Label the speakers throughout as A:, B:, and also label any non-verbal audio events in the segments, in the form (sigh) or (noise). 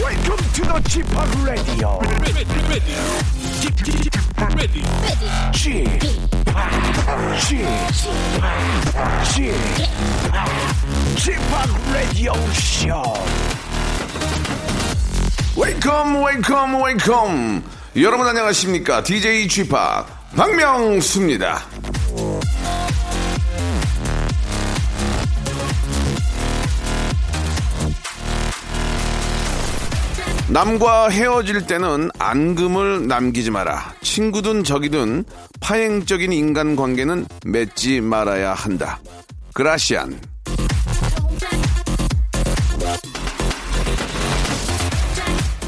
A: Welcome to the g p o p Radio.
B: ready, ready, ready, ready.
A: g p o p g p o p g p o p Radio Show.
C: 웨이컴 웨이컴 웨이컴 여러분 안녕하십니까 DJ 쥐파 박명수입니다 남과 헤어질 때는 앙금을 남기지 마라 친구든 적이든 파행적인 인간관계는 맺지 말아야 한다 그라시안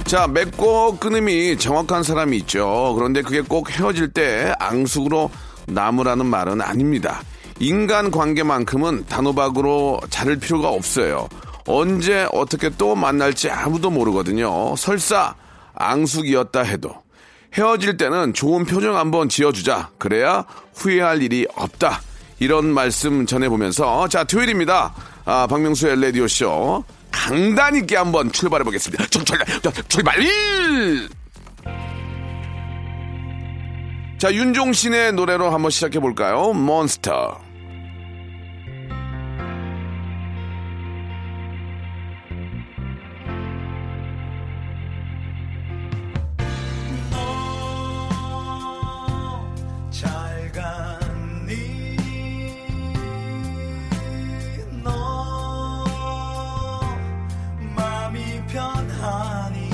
C: 자, 맺고 끊음이 정확한 사람이 있죠. 그런데 그게 꼭 헤어질 때 앙숙으로 남으라는 말은 아닙니다. 인간 관계만큼은 단호박으로 자를 필요가 없어요. 언제 어떻게 또 만날지 아무도 모르거든요. 설사 앙숙이었다 해도 헤어질 때는 좋은 표정 한번 지어주자. 그래야 후회할 일이 없다. 이런 말씀 전해보면서 자 토요일입니다. 아 박명수의 레디오 쇼 강단 있게 한번 출발해 보겠습니다. 출발 출발 자 윤종신의 노래로 한번 시작해 볼까요? 몬스터.
D: 잘 갔니 너 마음이 편하니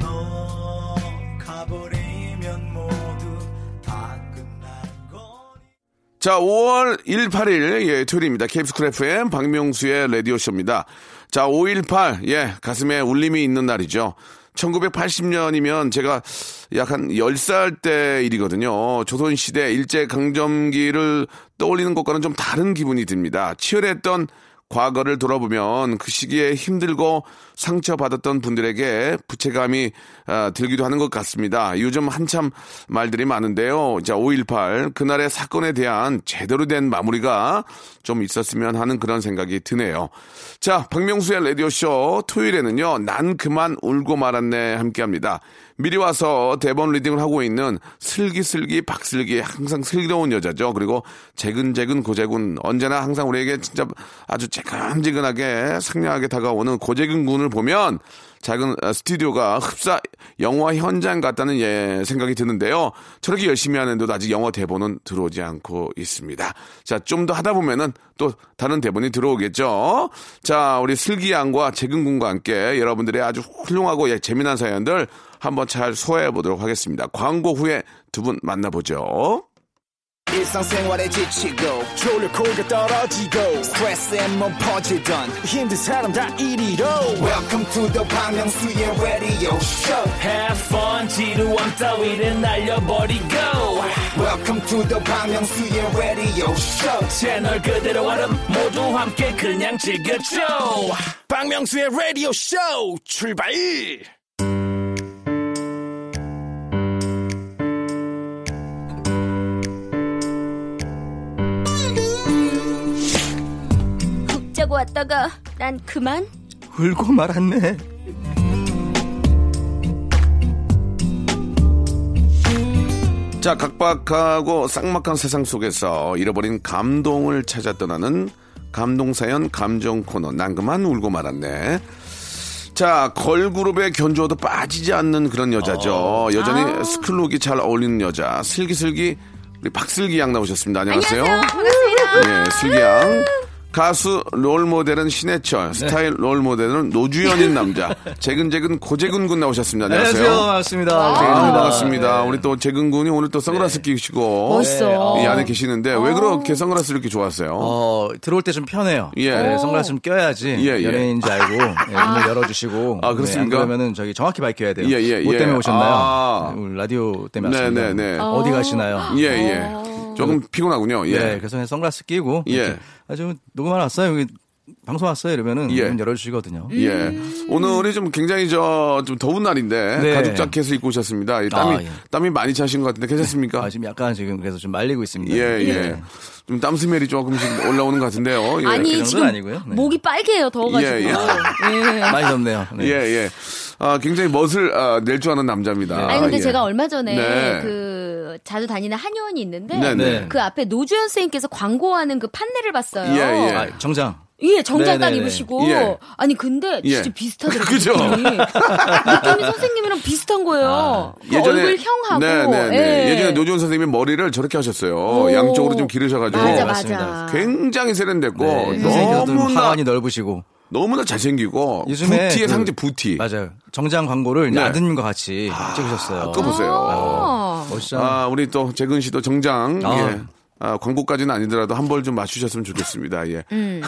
D: 너 가버리면 모두 다 끝난 거니
C: 자, 5월 18일, 예, 토요일입니다. KBS 쿨 FM 박명수의 라디오쇼입니다. 자, 518, 예, 가슴에 울림이 있는 날이죠. 1980년이면 제가 약 한 10살 때 일이거든요. 조선시대 일제강점기를 떠올리는 것과는 좀 다른 기분이 듭니다. 치열했던 과거를 돌아보면 그 시기에 힘들고 상처받았던 분들에게 부채감이 아, 들기도 하는 것 같습니다. 요즘 한참 말들이 많은데요. 자, 5.18 그날의 사건에 대한 제대로 된 마무리가 좀 있었으면 하는 그런 생각이 드네요. 자, 박명수의 라디오쇼 토요일에는요. 난 그만 울고 말았네 함께합니다. 미리 와서 대본 리딩을 하고 있는 슬기슬기 박슬기 항상 슬기로운 여자죠. 그리고 재근재근 고재군 언제나 항상 우리에게 진짜 아주 찌끈찌끈하게 상냥하게 다가오는 고재근 군을 보면 작은 아, 스튜디오가 흡사 영화 현장 같다는 예, 생각이 드는데요. 저렇게 열심히 하는데도 아직 영화 대본은 들어오지 않고 있습니다. 자, 좀 더 하다 보면은 또 다른 대본이 들어오겠죠. 자, 우리 슬기 양과 재근 군과 함께 여러분들의 아주 훌륭하고 예, 재미난 사연들 한번 잘 소화해 보도록 하겠습니다. 광고 후에 두 분 만나보죠.
E: 일상생활에 지치고, 졸려 코가 떨어지고, 스트레스에 몸 퍼지던, 힘든 사람 다 이리로. welcome to the Bang Myung-soo's radio show
F: Have fun 지루함 따위를 날려버리고
E: welcome to the Bang Myung-soo's radio show
F: 채널 그대로 얼음 모두 함께 그냥 즐겨줘
A: 박명수의 라디오 쇼 출발.
G: 국 자고 왔다가 난 그만
D: 울고 말았네
C: 자, 각박하고 쌍막한 세상 속에서 잃어버린 감동을 찾아 떠나는 감동사연 감정 코너 난 그만 울고 말았네. 자, 걸그룹에 견주어도 빠지지 않는 그런 여자죠. 여전히 스클록이 잘 어울리는 여자. 슬기슬기 우리 박슬기 양 나오셨습니다. 안녕하세요.
G: 반갑습니다.
C: 예, 슬기 양. 가수 롤 모델은 신해철, 스타일 롤 모델은 노주현인 (laughs) 남자, 재근재근 고재근 군 나오셨습니다. 안녕하세요.
D: 반갑습니다
C: 아, 반갑습니다. 우리 또 재근 군이 오늘 또 선글라스 끼시고
G: 멋있어.
C: 이 안에 계시는데 왜
G: 아.
C: 그렇게 선글라스를 이렇게 좋아하세요?
D: 어, 들어올 때 좀 편해요.
C: 예.
D: 네, 선글라스 좀 껴야지
C: 예, 예.
D: 연예인인 줄 알고 예, 문을 열어주시고.
C: 아, 그렇습니까?
D: 네, 안 그러면은 저기 정확히 밝혀야 돼요.
C: 예, 예,
D: 뭐
C: 예.
D: 때문에 오셨나요?
C: 아.
D: 네, 오늘 라디오 때문에
C: 네,
D: 왔습니다.
C: 네, 네.
D: 어디 가시나요?
C: 예,
G: 아.
C: 예. 조금 피곤하군요. 예.
D: 네, 그래서 그냥 선글라스 끼고
C: 예.
D: 이렇게, 아, 좀 녹음하러 왔어요. 여기 방송 왔어요 이러면은
C: 예.
D: 문 열어주시거든요.
C: 예.
G: 음.
C: 오늘이 좀 굉장히 저, 좀 더운 날인데.
D: 네.
C: 가죽 자켓을 입고 오셨습니다. 이 땀이,
D: 아, 예.
C: 땀이 많이 차신 것 같은데 괜찮습니까?
D: 아, 지금 약간 지금 그래서 좀 말리고 있습니다. 네.
C: 예, 예. 좀 땀 스멜이 조금씩 올라오는 것 같은데요. 예.
G: 아니
D: 정도는
G: 지금
D: 아니고요. 네.
G: 목이 빨개요 더워가지고.
C: 예, 예.
D: 많이 덥네요. 네.
C: 예, 예. 아, 굉장히 멋을 아, 낼 줄 아는 남자입니다.
G: 네. 아니 근데
C: 예.
G: 제가 얼마 전에
C: 네.
G: 그 자주 다니는 한의원이 있는데
C: 네, 네.
G: 그 앞에 노주현 선생님께서 광고하는 그 판넬을 봤어요.
C: 예, 예.
D: 아, 정장.
G: 예, 정장 딱
D: 네네네.
G: 입으시고.
C: 예.
G: 아니, 근데 진짜
C: 예.
G: 비슷하더라고요.
C: (laughs) 그죠?
G: 느낌이. 느낌이 선생님이랑 비슷한 거예요. 그 얼굴형하고.
C: 아, 네, 네, 네.
G: 예.
C: 예. 전에 노지훈 선생님이 머리를 저렇게 하셨어요. 양쪽으로 좀 기르셔가지고.
G: 맞아,
D: 맞습니다.
G: 맞아.
C: 굉장히 세련됐고
D: 네. 선생님께서도 좀
C: 어, 너무나
D: 하관이 넓으시고
C: 너무나 잘생기고
D: 요즘에
C: 부티의
D: 그-
C: 상징 부티.
D: 맞아요. 정장 광고를 이제
C: 네.
D: 아드님과 같이 찍으셨어요. 아,
C: 그거 보세요.
G: 어.
D: 멋있잖아.
C: 아, 우리 또 재근 씨도 정장.
D: 아.
C: 예. 아, 광고까지는 아니더라도 한 벌 좀 맞추셨으면 좋겠습니다. 예.
G: 음.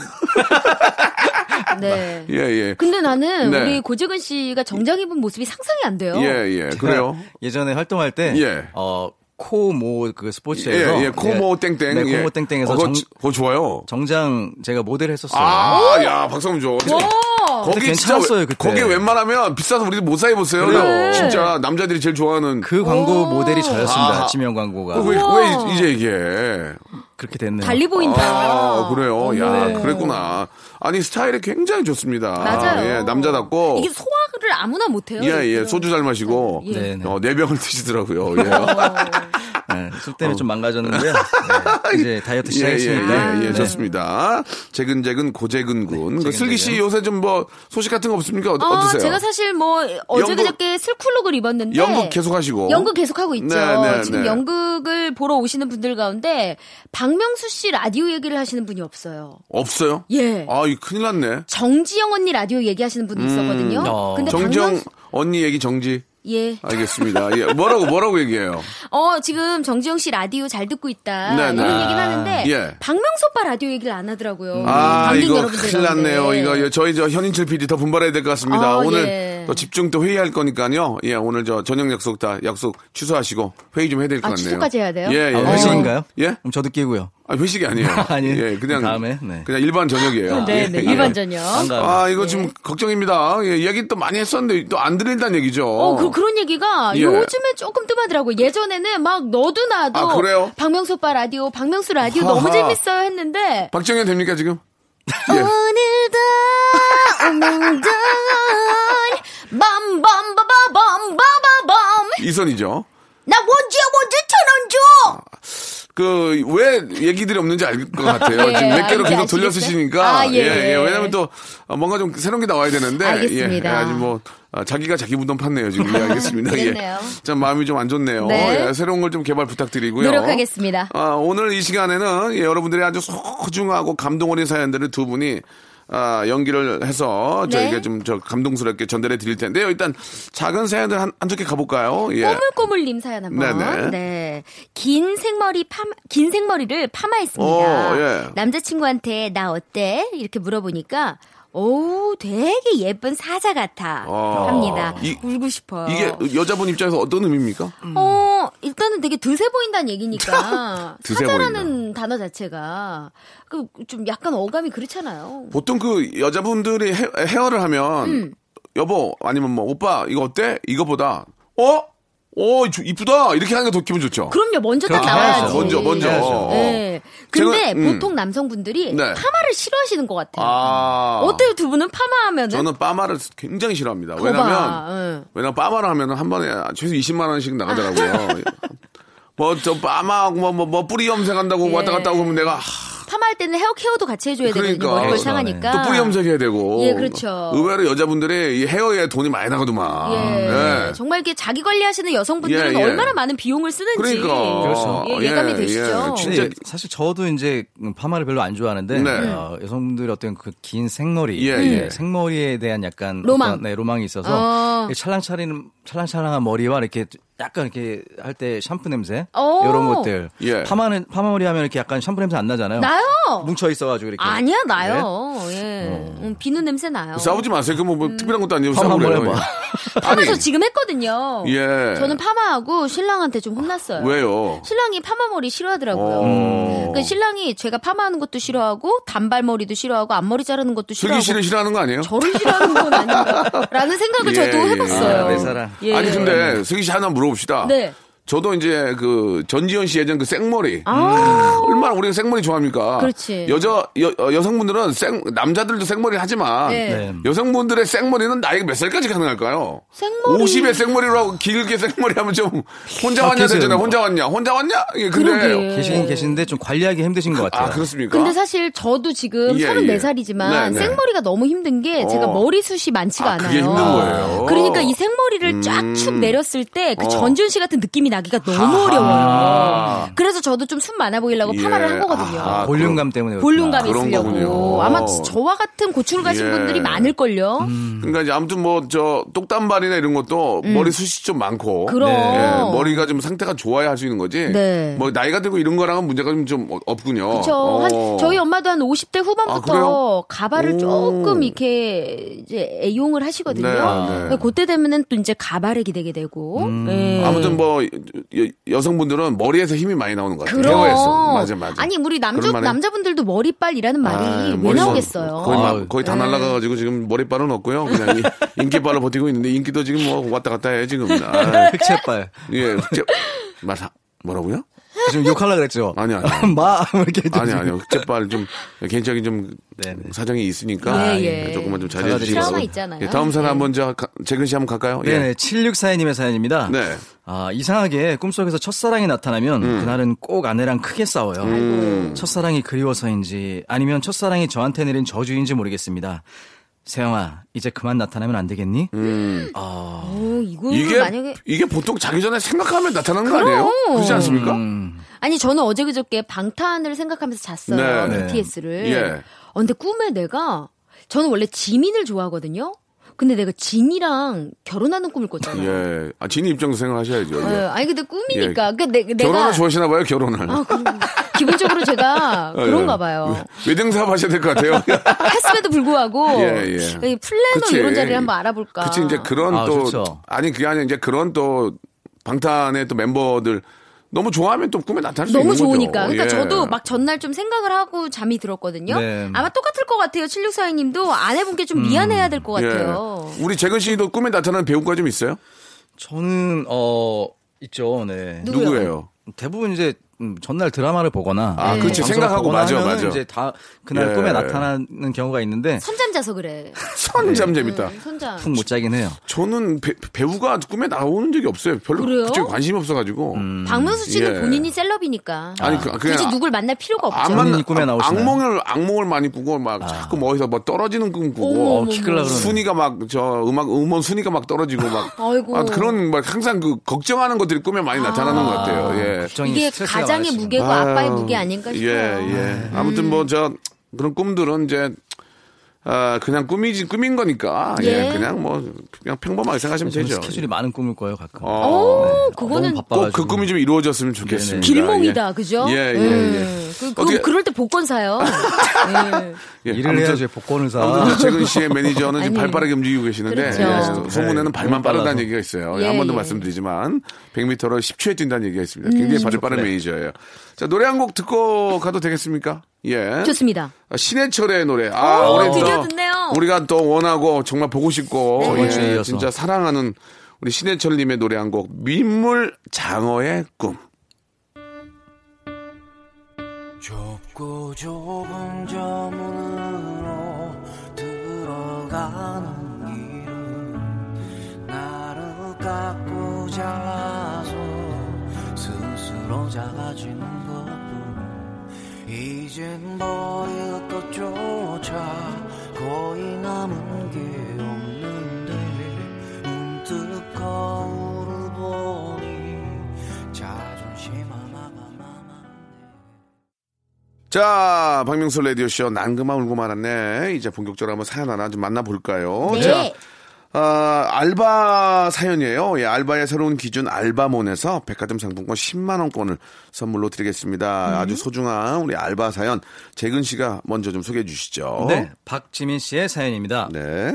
G: 네.
C: 예, 예.
G: 근데 나는
C: 네.
G: 우리 고재근 씨가 정장 입은 모습이 상상이 안 돼요.
C: 예, 예. 그래요.
D: 예전에 활동할 때
C: 예.
D: 어, 코모 그 스포츠에서
C: 예, 예. 코모 땡땡.
D: 네,
C: 예.
D: 코모 땡땡에서
C: 어, 그거,
D: 정,
C: 지- 그거 좋아요.
D: 정장 제가 모델 했었어요.
C: 아, 야, 박성준 줘.
G: 어, 오!
C: 거기
D: 근데
C: 진짜
D: 괜찮았어요,
C: 왜-
D: 그때.
C: 거기에 웬만하면 비싸서 우리도 못 사입 었어요
D: 그래요.
C: 진짜
G: 네.
C: 남자들이 제일 좋아하는
D: 그 광고 모델이 저였습니다.
C: 아.
D: 지명 광고가
C: 왜, 왜 이제 얘기해?
D: 그렇게 됐네요.
G: 달리 보인다.
C: 아, 그래요. 야,
G: 어머.
C: 그랬구나. 아니, 스타일이 굉장히 좋습니다.
G: 네. 맞아요.
C: 예, 남자답고.
G: 이게 소화를 아무나 못해요.
C: 예, 예.
G: 이거는.
C: 소주 잘 마시고.
G: 예.
D: 네네.
C: 어, 네 병을 (laughs) 드시더라고요. 예.
D: (laughs) 네, 술 때문에 좀 망가졌는데 네,
C: (laughs)
D: 이제 다이어트 시작했습니다.
C: 어. 예, 예, 예,
D: 네.
C: 좋습니다. 재근재근 고재근군. 그 슬기 씨 요새 좀 뭐 소식 같은 거 없습니까? 어,
G: 어,
C: 떠세요
G: 제가 사실 뭐 어제 그저께 슬쿨룩을 입었는데
C: 연극 계속 하시고.
G: 연극 계속하고 있죠.
C: 네, 네,
G: 지금
C: 네.
G: 연극을 보러 오시는 분들 가운데 박명수 씨 라디오 얘기를 하시는 분이 없어요.
C: 없어요?
G: 예.
C: 아, 이 큰일 났네.
G: 정지영 언니 라디오 얘기하시는 분이 있었거든요.
D: 어.
G: 근데
C: 음. 정정
G: 박명수
C: 언니 얘기 정지.
G: 예.
C: 알겠습니다. 예. 뭐라고 뭐라고 얘기해요?
G: 어, 지금 정지영 씨 라디오 잘 듣고 있다.
C: 네, 네.
G: 이런 얘기를 하는데
C: 예.
G: 박명수 오빠 라디오 얘기를 안 하더라고요.
C: 아,
G: 관객
C: 이거
G: 음, 여러분들
C: 큰일
G: 가운데.
C: 났네요. 이거 예, 저희 저 현인철 PD 더 분발해야 될 것 같습니다.
G: 아,
C: 오늘
G: 예.
C: 또 집중 또 회의할 거니까요. 예, 오늘 저 저녁 약속 다 약속 취소하시고 회의 좀 해야 될 것
G: 아,
C: 같네요.
G: 취소까지 해야 돼요?
C: 예, 예.
D: 아, 회식인가요?
C: 예?
D: 그럼 저도 끼고요.
C: 아, 회식이 아니에요.
D: (laughs) 아니,
C: 예, 그냥
D: 다음에, 네.
C: 그냥 일반 저녁이에요.
G: 네, 네.
C: 예,
G: 일반 예.
C: 예.
G: 전역.
D: 반가워요.
C: 아, 이거 지금 걱정입니다. 예, 이야기 또 많이 했었는데 또 안 들린다는 얘기죠.
G: 어, 그, 그런 얘기가
C: 예.
G: 요즘에 조금 뜸하더라고요. 예전에는 막 너도 나도
C: 아, 그래요?
G: 박명수 오빠 라디오, 박명수 라디오
C: 하하.
G: 너무 재밌어요 했는데
C: 박정현 됩니까 지금? 예.
G: 오늘도 오늘도 밤밤밤밤밤밤밤밤
C: 이선이죠.
G: 나 원주 원주 천원 줘.
C: 그 왜 얘기들이 없는지 알 것 같아요.
G: (laughs) 예,
C: 지금 몇 개로
G: 알지,
C: 계속
G: 아시겠어요?
C: 돌려 쓰시니까
G: 아, 예, 예.
C: 왜냐면 또 어, 뭔가 좀 새로운 게 나와야 되는데
G: 알겠습니다.
C: 예, 아주 뭐 아, 자기가 자기 무덤 팠네요 지금 예, 알겠습니다.
G: 그랬네요.
C: 예. 참 마음이 좀 안 좋네요.
G: 네.
C: 예, 새로운 걸 좀 개발 부탁드리고요.
G: 노력하겠습니다.
C: 아, 오늘 이 시간에는 예, 여러분들이 아주 소중하고 감동 어린 사연들을 두 분이 아, 연기를 해서
G: 네.
C: 저희가 좀 저 감동스럽게 전달해 드릴 텐데요. 일단 작은 사연들 한, 한 적게 가볼까요? 예.
G: 꼬물꼬물님 사연
C: 네네.
G: 한번. 네. 긴 생머리 파마, 긴 생머리를 파마했습니다.
C: 오, 예.
G: 남자친구한테 나 어때? 이렇게 물어보니까 오, 되게 예쁜 사자 같아.
C: 어.
G: 합니다.
C: 이-
G: 울고 싶어요.
C: 이게 음. 여자분 입장에서 어떤 의미입니까?
G: 어, 일단은 되게 드세 보인다는 얘기니까.
C: (laughs) 드세
G: 사자라는 단어 자체가 그 좀 약간 어감이 그렇잖아요.
C: 보통 그 여자분들이 헤, 어를 하면
G: 음.
C: 여보 아니면 뭐 오빠 이거 어때? 이거보다 어? 어 이- 이쁘다 이렇게 하는 게 더 기분 좋죠. 아,
G: 그럼요, 먼저 딱
D: 그렇게
G: 나와야지.
D: 해야죠.
C: 먼저 먼저.
D: 해야죠.
C: 어.
G: 네. 근데
C: 제가, 음.
G: 보통 남성분들이
C: 네.
G: 파마를 싫어하시는 것 같아요.
C: 아
G: 어때요, 두 분은 파마하면은? 예.
C: 저는 빠마를 굉장히 싫어합니다.
G: 거봐,
C: 왜냐면
G: 응.
C: 왜냐면 빠마를 하면 한 번에 최소 20만 원씩
G: (laughs)
C: 나가더라고요. 뭐 저 빠마하고 뭐, 뭐, 뭐 뿌리 염색한다고
G: 예.
C: 왔다 갔다 하고 그러면 내가
G: 파마할 때는 헤어 케어도 같이 해줘야 되거든요.
C: 그러니까.
G: 머리가
C: 그렇죠.
G: 상하니까.
C: 또 뿌리 염색해야 되고.
G: 예, 그렇죠.
C: 의외로 여자분들이 이 헤어에 돈이 많이 나가더만.
G: 예.
C: 예.
G: 정말 이렇게 자기 관리하시는 여성분들은
C: 예, 예.
G: 얼마나 많은 비용을 쓰는지
C: 그러니까. 그렇죠.
G: 예, 예감이
C: 예,
G: 되시죠.
C: 예. 진-
D: 근데
C: 진짜-
D: 사실 저도 이제 파마를 별로 안 좋아하는데
C: 네.
D: 어, 여성분들의 어떤 그 긴 생머리,
C: 예,
D: 네,
C: 예.
D: 생머리에 대한 약간
G: 로망.
D: 어떤, 네, 로망이 있어서
G: 어.
D: 이 찰랑찰랑 찰랑찰랑한 머리와 이렇게 약간 이렇게 할 때 샴푸 냄새
G: 오.
D: 이런 것들
C: 어. 예.
D: 파마는 파마머리 하면 이렇게 약간 샴푸 냄새 안 나잖아요.
G: 나요.
C: 네.
D: 뭉쳐 있어가지고 이렇게
G: 아니야 나요. 예.
C: 어.
G: 음, 비누 냄새 나요.
C: 싸우지 마세요. 그뭐
G: 음.
C: 뭐 특별한 것도 아니고
D: 한번
C: 싸우래요.
D: 해봐.
G: 파마 저 지금 했거든요.
C: 예.
G: 저는 파마하고 신랑한테 좀 혼났어요.
C: 왜요?
G: 신랑이 파마머리 싫어하더라고요.
C: 어.
G: 그 신랑이 제가 파마하는 것도 싫어하고 단발머리도 싫어하고 앞머리 자르는 것도
C: 슬기
G: 싫어하고
C: 씨를 싫어하는 거 아니에요?
G: 저를 싫어하는 건 아닌가라는 생각을
C: 예,
G: 저도
C: 예.
G: 해봤어요.
D: 아, 내 사랑.
G: 예.
C: 아니 근데 슬기 씨 하나 물어봅시다.
G: 네.
C: 저도 이제 그 전지현 씨 예전 그 생머리. 얼마나 우리가 생머리 좋아합니까?
G: 아. 그렇지.
C: 여자 여, 어, 여성분들은 생 남자들도 생머리 하지만
G: 네.
D: 네.
C: 여성분들의 생머리는 나이가 몇 살까지 가능할까요?
G: 생머리.
C: 50에 생머리로 하고 길게 (laughs) 생머리 하면 좀 혼자 왔냐
D: 계세요.
C: 되잖아요. 혼자 왔냐? 혼자 왔냐? 이게 근데
G: 그러게.
D: 네. 계시긴 계신데 좀 관리하기 힘드신 것 같아요.
C: 네. 아 그렇습니까?
G: 근데 사실 저도 지금
C: 예, 예.
G: 34살이지만
C: 네, 네.
G: 생머리가 너무 힘든 게 제가
C: 어.
G: 머리숱이 많지가
C: 아,
G: 않아요.
C: 그게 힘든 거예요. 음. 어.
G: 그러니까 이 생머리를 쫙 축 내렸을 때 그 전지현 씨 같은 느낌이 나기가 너무 어려워요. 그래서 저도 좀 숨 많아 보이려고
C: 아. 예.
G: 파마를 한 거거든요.
C: 아하.
D: 볼륨감 때문에
G: 볼륨감
C: 그런 거군요.
G: 있으려고. 아마 저와 같은 고충을 가진
C: 예.
G: 분들이 많을걸요.
C: 그러니까 이제 아무튼 뭐 저 똑단발이나 이런 것도 머리 숱이 좀 많고
G: 음. 그럼.
C: 예, 머리가 좀 상태가 좋아야 할 수 있는 거지.
G: 네.
C: 뭐 나이가 들고 이런 거랑은 문제가 좀, 좀 없군요.
G: 그쵸.
C: 어.
G: 한, 저희 엄마도 한 50대
C: 아,
G: 후반부터
C: 그래요?
G: 가발을
C: 오.
G: 조금 이렇게 이제 애용을 하시거든요.
C: 네, 네. 음.
G: 근데 그때 되면은 또 이제 가발에 기대게 되고. 예.
C: 아무튼 뭐 여, 성분들은 머리에서 힘이 많이 나오는 것 같아요.
G: 그럼.
C: 헤어에서. 맞아 맞아.
G: 니 우리 남자,
C: 그런 말에-
G: 남자분들도 머리빨이라는 말이
C: 아,
G: 왜
C: 머리
G: 나오겠어요. 예.
C: 거의, 막-
D: 아유.
C: 거의 다 날라가가지고 지금 머리빨은 없고요. 그냥
G: (laughs)
C: 이- 인기빨로 버티고 있는데 인기도 지금 뭐 왔다 갔다 해 지금. 아,
D: 네, 흑채빨
C: 예. 흑제- 맞아. 뭐라고요?
D: 지금 욕할라 그랬죠.
C: 아니, 아니.
D: (laughs) 마 이렇게 해도
C: 아니
D: 지금.
C: 아니요 흑제빨
G: (laughs)
C: 좀 개인적인 좀
D: 네네.
C: 사정이 있으니까
G: 예,
C: 예,
G: 예.
C: 조금만 좀 자제해 주시고
G: 트라우마 있잖아요.
C: 예, 다음 사람 한번 저 가- 재근 씨 한번 갈까요? 예.
D: 네네 7642님의 사연입니다.
C: 네.
D: 아 이상하게 꿈속에서 첫사랑이 나타나면
C: 음.
D: 그날은 꼭 아내랑 크게 싸워요. 첫사랑이 그리워서인지 아니면 첫사랑이 저한테 내린 저주인지 모르겠습니다. 세영아 이제 그만 나타나면 안 되겠니?
C: 음.
G: 오, 어, 이거
C: 이게
G: 음, 만약에
C: 이게 보통 자기 전에 생각하면 나타나는 거 아니에요? 그렇지 않습니까?
G: 음.
D: 음,
G: 아니 저는 어제 그저께 방탄을 생각하면서 잤어요.
C: 네.
G: BTS를.
C: 예.
G: 어, 근데 꿈에 내가 저는 원래 지민을 좋아하거든요. 근데 내가 진이랑 결혼하는 꿈을 꿨잖아요.
C: 예. 아 진이 입장도 생각하셔야죠.
G: 예,
C: 예.
G: 아니 근데 꿈이니까.
C: 예.
G: 그러니까 내,
C: 결혼을
G: 내가
C: 좋아하시나 봐요, 결혼을.
G: 아, 그럼
C: (laughs)
G: 기본적으로 제가
C: 예.
G: 그런가 봐요.
C: 외- 외등사업 하셔야 될 것
G: (laughs)
C: 같아요.
G: 했음에도 불구하고
C: (laughs) 예, 예.
G: 이 플래너
C: 그치.
G: 이런 자리를 한번 알아볼까.
C: 그치, 이제 그런
D: 아,
C: 또.
D: 좋죠.
C: 아니, 그게 아니라 이제 그런 또 방탄의 또 멤버들 너무 좋아하면 또 꿈에 나타날 수
G: 너무
C: 있는 거죠.
G: 좋으니까. 그러니까
C: 예.
G: 저도 막 전날 좀 생각을 하고 잠이 들었거든요.
D: 네.
G: 아마 똑같을 것 같아요. 7642님도 아내분께 좀 미안해야 될 것 같아요.
C: 음. 예. 우리 재근 씨도 꿈에 나타나는 배우가 좀 있어요?
D: 저는 어 있죠. 네.
G: 누구요?
C: 누구예요?
D: 대부분 이제 음, 전날 드라마를 보거나
C: 아,
D: 네.
C: 그치.
D: 방송을
C: 생각하고
D: 보거나
C: 맞아,
D: 하면은
C: 맞아.
D: 이제 다 그날
C: 예.
D: 꿈에 나타나는 경우가 있는데
G: 선잠 자서 그래. 네.
C: 선잠 재밌다.
G: 선잠.
D: 푹 못 자긴 해요.
C: 저는 배, 배우가 꿈에 나오는 적이 없어요. 별로
G: 그래요?
C: 그쪽에 관심이 없어가지고.
D: 음.
G: 박명수 씨는
C: 예.
G: 본인이 셀럽이니까.
C: 아니, 그- 그냥
G: 굳이 누굴 만날 필요가 없죠.
D: 만나- 본인이 꿈에 나오시나요?
C: 아, 악몽을 악몽을 많이 꾸고 막 자꾸 뭐 어디서 뭐 떨어지는 꿈 꾸고
G: 어머,
D: 키 클라 그러네.
C: 순위가 막 저 음악 음원 순위가 막 떨어지고 막
G: (laughs) 아이고.
C: 아, 그런 막 항상 그 걱정하는 것들이 꿈에 많이 나타나는 것 같아요. 예.
D: 걱정이
G: 이게
D: 스트레스가
G: 가장의
D: 많으시구나.
G: 무게고 아빠의
C: 아유,
G: 무게 아닌가 싶어요.
C: 예, 예.
D: 네.
C: 아무튼 뭐 저 그런 꿈들은 이제 아, 그냥 꿈이지 꿈인 거니까 예,
G: 예.
C: 그냥 뭐 그냥 평범하게 생각하시면
D: 네, 저는
C: 되죠.
D: 스케줄이 많은 꿈일 거예요 가끔. 네.
C: 어.
G: 오,
D: 너무
G: 그거는
C: 꼭
D: 바빠가지고.
C: 그 꿈이 좀 이루어졌으면 좋겠습니다.
G: 길몽이다, 그죠?
C: 네. 예, 예,
G: 음.
C: 예.
G: 그,
C: 어떻게-
G: 그, 그럴 때 복권
C: (laughs)
G: 사요. 예.
C: 예,
D: 일을
C: 아무튼
D: 해야지 복권을 사.
C: 아무튼 재근 씨의 매니저는 지금
G: 아니.
C: 발 빠르게 움직이고 계시는데
G: 그렇죠.
C: 예, 소문에는
D: 네,
C: 발만
D: 너무 빨라서.
C: 빠르다는 얘기가 있어요.
G: 예,
C: 한 번 더
G: 예. 음.
C: 말씀드리지만 100m로 10초에 뛴다는 얘기가 있습니다. 굉장히 발이
D: 네.
C: 빠른 매니저예요. 자 노래 한 곡 듣고 가도 되겠습니까? 예.
G: 좋습니다.
C: 아, 신해철의 노래. 아,
G: 오,
C: 올해부터
G: 드디어 듣네요.
C: 우리가 또 원하고 정말 보고 싶고
D: 네.
C: 예,
D: 주에 이어서.
C: 진짜 사랑하는 우리 신해철님의 노래 한 곡 민물 장어의 꿈.
H: 좁고 좁은 저 문으로 들어가는 길은 나를 깎고 잘라서 스스로 작아지는 것뿐 이젠 버릴 것조차 거의 남은 게 없는데 문득 거울을 보니 자존심 하나가 남았네
C: 자, 박명수 라디오쇼 난그만 울고 말았네. 이제 본격적으로 한번 사연 하나 좀 만나볼까요?
G: 네.
C: 어, 자, 아, 알바 사연이에요. 예, 알바의 새로운 기준 알바몬에서 백화점 상품권 10만 원권을 선물로
G: 네.
C: 드리겠습니다. 아주 소중한 우리 알바 사연 재근 씨가 먼저 좀 소개해 주시죠.
D: 네, 박지민 씨의 사연입니다.
C: 네.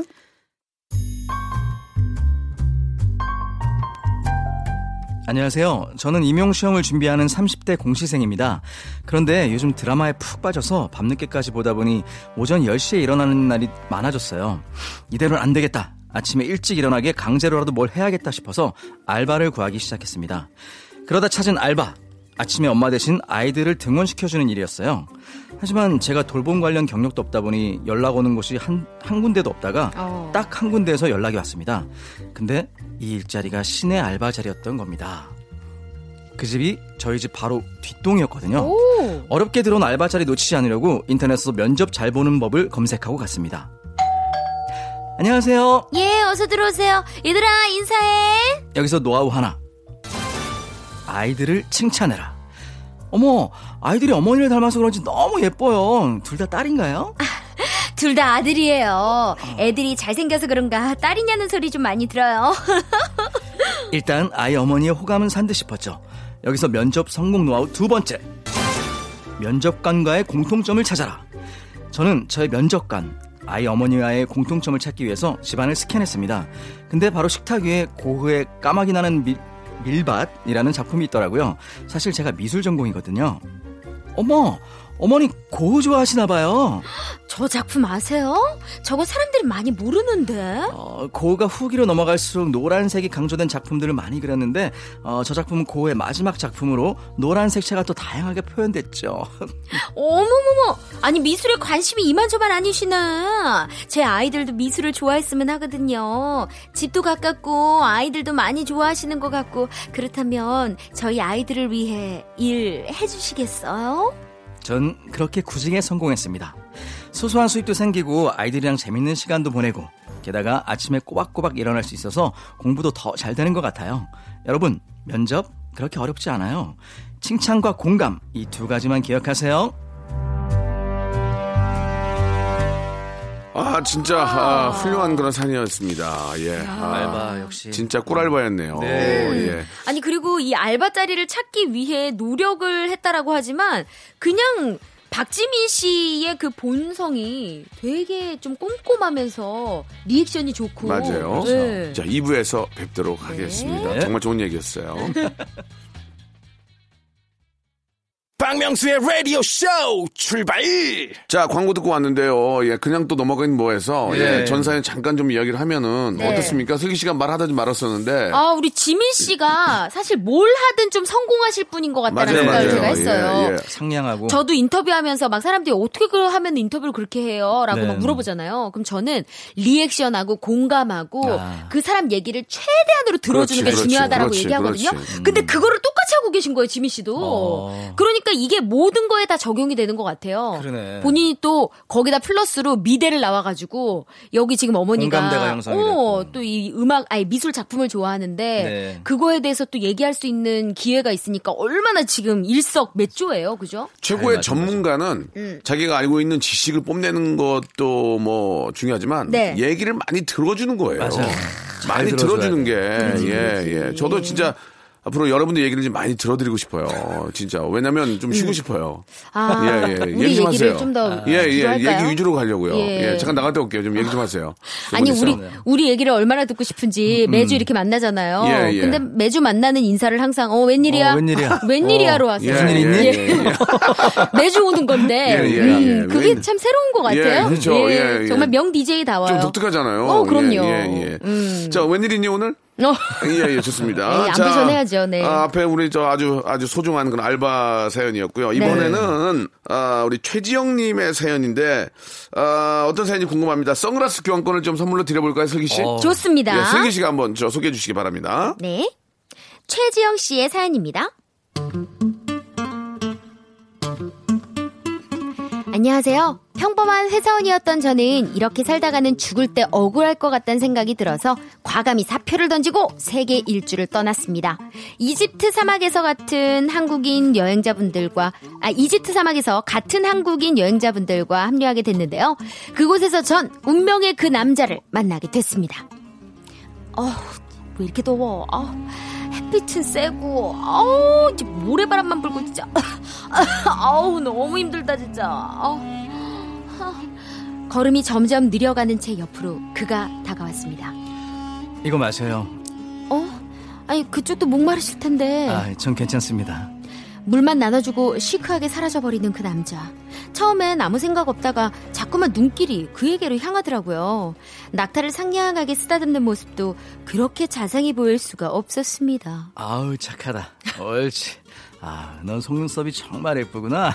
D: 안녕하세요. 저는 임용시험을 준비하는 30대 공시생입니다. 그런데 요즘 드라마에 푹 빠져서 밤늦게까지 보다 보니 오전 10시에 일어나는 날이 많아졌어요. 이대로는 안 되겠다. 아침에 일찍 일어나게 강제로라도 뭘 해야겠다 싶어서 알바를 구하기 시작했습니다. 그러다 찾은 알바. 아침에 엄마 대신 아이들을 등원시켜주는 일이었어요. 하지만 제가 돌봄 관련 경력도 없다 보니 연락 오는 곳이 한, 한 군데도 없다가
G: 어.
D: 딱 한 군데에서 연락이 왔습니다. 근데 이 일자리가 시내 알바 자리였던 겁니다. 그 집이 저희 집 바로 뒷동이었거든요.
G: 오.
D: 어렵게 들어온 알바 자리 놓치지 않으려고 인터넷에서 면접 잘 보는 법을 검색하고 갔습니다. 안녕하세요.
G: 예, 어서 들어오세요. 얘들아, 인사해.
D: 여기서 노하우 하나. 아이들을 칭찬해라. 어머, 아이들이 어머니를 닮아서 그런지 너무 예뻐요. 둘 다 딸인가요?
G: 둘 다 아들이에요. 애들이 잘생겨서 그런가 딸이냐는 소리 좀 많이 들어요. (laughs)
D: 일단 아이 어머니의 호감은 산 듯 싶었죠. 여기서 면접 성공 노하우 두 번째. 면접관과의 공통점을 찾아라. 저는 저의 면접관, 아이 어머니와의 공통점을 찾기 위해서 집안을 스캔했습니다. 근데 바로 식탁 위에 고흐의 까마귀 나는 밀, 밀밭이라는 작품이 있더라고요. 사실 제가 미술 전공이거든요. 어머, 어머니 고흐 좋아하시나 봐요.
G: 저 작품 아세요? 저거 사람들이 많이 모르는데.
D: 어, 고흐가 후기로 넘어갈수록 노란색이 강조된 작품들을 많이 그렸는데 어, 저 작품은 고흐의 마지막 작품으로 노란 색채가 또 다양하게 표현됐죠. (laughs)
G: 어머머머! 아니, 미술에 관심이 이만저만 아니시나? 제 아이들도 미술을 좋아했으면 하거든요. 집도 가깝고, 아이들도 많이 좋아하시는 것 같고, 그렇다면 저희 아이들을 위해 일 해주시겠어요?
D: 전 그렇게 구직에 성공했습니다. 소소한 수입도 생기고 아이들이랑 재밌는 시간도 보내고 게다가 아침에 꼬박꼬박 일어날 수 있어서 공부도 더 잘 되는 것 같아요. 여러분 면접 그렇게 어렵지 않아요. 칭찬과 공감 이 두 가지만 기억하세요.
C: 아 진짜 아, 훌륭한 그런 사연이었습니다. 예. 아,
D: 역시
C: 진짜 꿀알바였네요. 예.
G: 아니, 그리고 이 알바 자리를 찾기 위해 노력을 했다라고 하지만, 그냥, 박지민 씨의 그 본성이 되게 좀 꼼꼼하면서 리액션이 좋고
C: 맞아요.
G: 네.
C: 자, 2부에서 뵙도록 하겠습니다.
D: 네.
C: 정말 좋은 얘기였어요.
A: 박명수의 라디오 쇼 출발!
C: 자, 광고 듣고 왔는데요. 예, 그냥 또 넘어가긴 뭐해서
D: 네.
C: 예, 전사에 잠깐 좀 이야기를 하면은
G: 네.
C: 어떻습니까? 슬기 씨가 말하다 좀 말았었는데
G: 아, 우리 지민 씨가 사실 뭘 하든 좀 성공하실 분인 것 같다는
C: 맞아요,
G: 생각을
C: 맞아요.
G: 제가 했어요.
C: 예, 예.
D: 상냥하고
G: 저도 인터뷰하면서 막 사람들이 어떻게 그 하면 인터뷰를 그렇게 해요라고
D: 네.
G: 막 물어보잖아요. 그럼 저는 리액션하고 공감하고
D: 아.
G: 그 사람 얘기를 최대한으로
C: 그렇지,
G: 들어주는 게
C: 그렇지,
G: 중요하다라고
C: 그렇지,
G: 얘기하거든요.
C: 그렇지.
G: 근데 그거를 똑같이 하고 계신 거예요, 지민 씨도.
D: 음. 어.
G: 그러니까 이게 모든 거에 다 적용이 되는 것 같아요.
D: 그러네.
G: 본인이 또 거기다 플러스로 미대를 나와가지고 여기 지금 어머니가
D: 공감대가 형성이 됐고.
G: 또 이 음악 아니 미술 작품을 좋아하는데
D: 네.
G: 그거에 대해서 또 얘기할 수 있는 기회가 있으니까 얼마나 지금 일석몇조예요, 그죠?
C: 최고의
D: 맞아요,
C: 전문가는
G: 음.
C: 자기가 알고 있는 지식을 뽐내는 것도 뭐 중요하지만
G: 네.
C: 얘기를 많이 들어주는 거예요.
D: 맞아요.
C: 많이
D: 잘
C: 들어주는
D: 들어줘야 음.
C: 게 예, 예.
G: 음.
C: 저도 진짜 앞으로 여러분들 얘기를 좀 많이 들어드리고 싶어요. 진짜. 왜냐면 좀 쉬고 싶어요.
G: 음.
C: (laughs)
G: 아,
C: 예, 예.
G: 우리
C: 얘기 좀
G: 얘기를
C: 하세요.
G: 좀 더
D: 아,
C: 예, 예.
G: 할까요?
C: 얘기 위주로 가려고요.
G: 예.
C: 예. 잠깐 나갔다 올게요. 좀 얘기 좀 하세요.
G: 아니
C: 두 분
G: 우리
C: 있어요.
D: 네.
C: 음,
G: 우리 얘기를 얼마나 듣고 싶은지 매주 이렇게 만나잖아요.
C: 예, 예.
G: 근데 매주 만나는 인사를 항상 어 웬일이야?
D: 어, 웬일이야?
G: (laughs) 웬일이야로
D: 어,
G: 하세요.
D: 무슨 일 있니?
C: 예, 예, 예.
G: (laughs) 매주 오는 건데
C: 예, 예,
G: 음,
C: 예.
G: 그게
C: 웬-
G: 참 새로운 것
C: 예,
G: 같아요.
C: 그렇죠. 예, 예.
G: 정말 명 DJ 다워요.
C: 좀 독특하잖아요.
G: 어, 그럼요. 음.
C: 예, 예, 예. 자, 웬일이니 오늘?
G: 어.
C: 예, 예, 좋습니다.
G: 예, 안부 전해야죠, 네.
C: 아, 앞에 우리 저 아주 아주 소중한 그런 알바 사연이었고요.
G: 네.
C: 이번에는 아, 우리 최지영 님의 사연인데 아, 어떤 사연이 궁금합니다. 선글라스 교환권을 좀 선물로 드려볼까요, 슬기 씨?
D: 어.
G: (laughs) 좋습니다.
C: 예, 슬기 씨가 한번 저 소개해 주시기 바랍니다.
G: 네. 최지영 씨의 사연입니다. 안녕하세요. 평범한 회사원이었던 저는 이렇게 살다가는 죽을 때 억울할 것 같다는 생각이 들어서 과감히 사표를 던지고 세계 일주를 떠났습니다. 이집트 사막에서 같은 한국인 여행자분들과 아 이집트 사막에서 같은 한국인 여행자분들과 합류하게 됐는데요. 그곳에서 전 운명의 그 남자를 만나게 됐습니다. 어우, 왜 이렇게 더워? 아, 햇빛은 세고, 아우, 이제 모래바람만 불고 진짜. (laughs) 아우, 너무 힘들다 진짜. 아우. 걸음이 점점 느려가는 제 옆으로 그가 다가왔습니다.
D: 이거 마셔요.
G: 어? 아니 그쪽도 목마르실 텐데
D: 아, 전 괜찮습니다.
G: 물만 나눠주고 시크하게 사라져버리는 그 남자 처음엔 아무 생각 없다가 자꾸만 눈길이 그에게로 향하더라고요 낙타를 상냥하게 쓰다듬는 모습도 그렇게 자상히 보일 수가 없었습니다
D: 아우, 착하다. 옳지. 아, 넌 속눈썹이 정말 예쁘구나.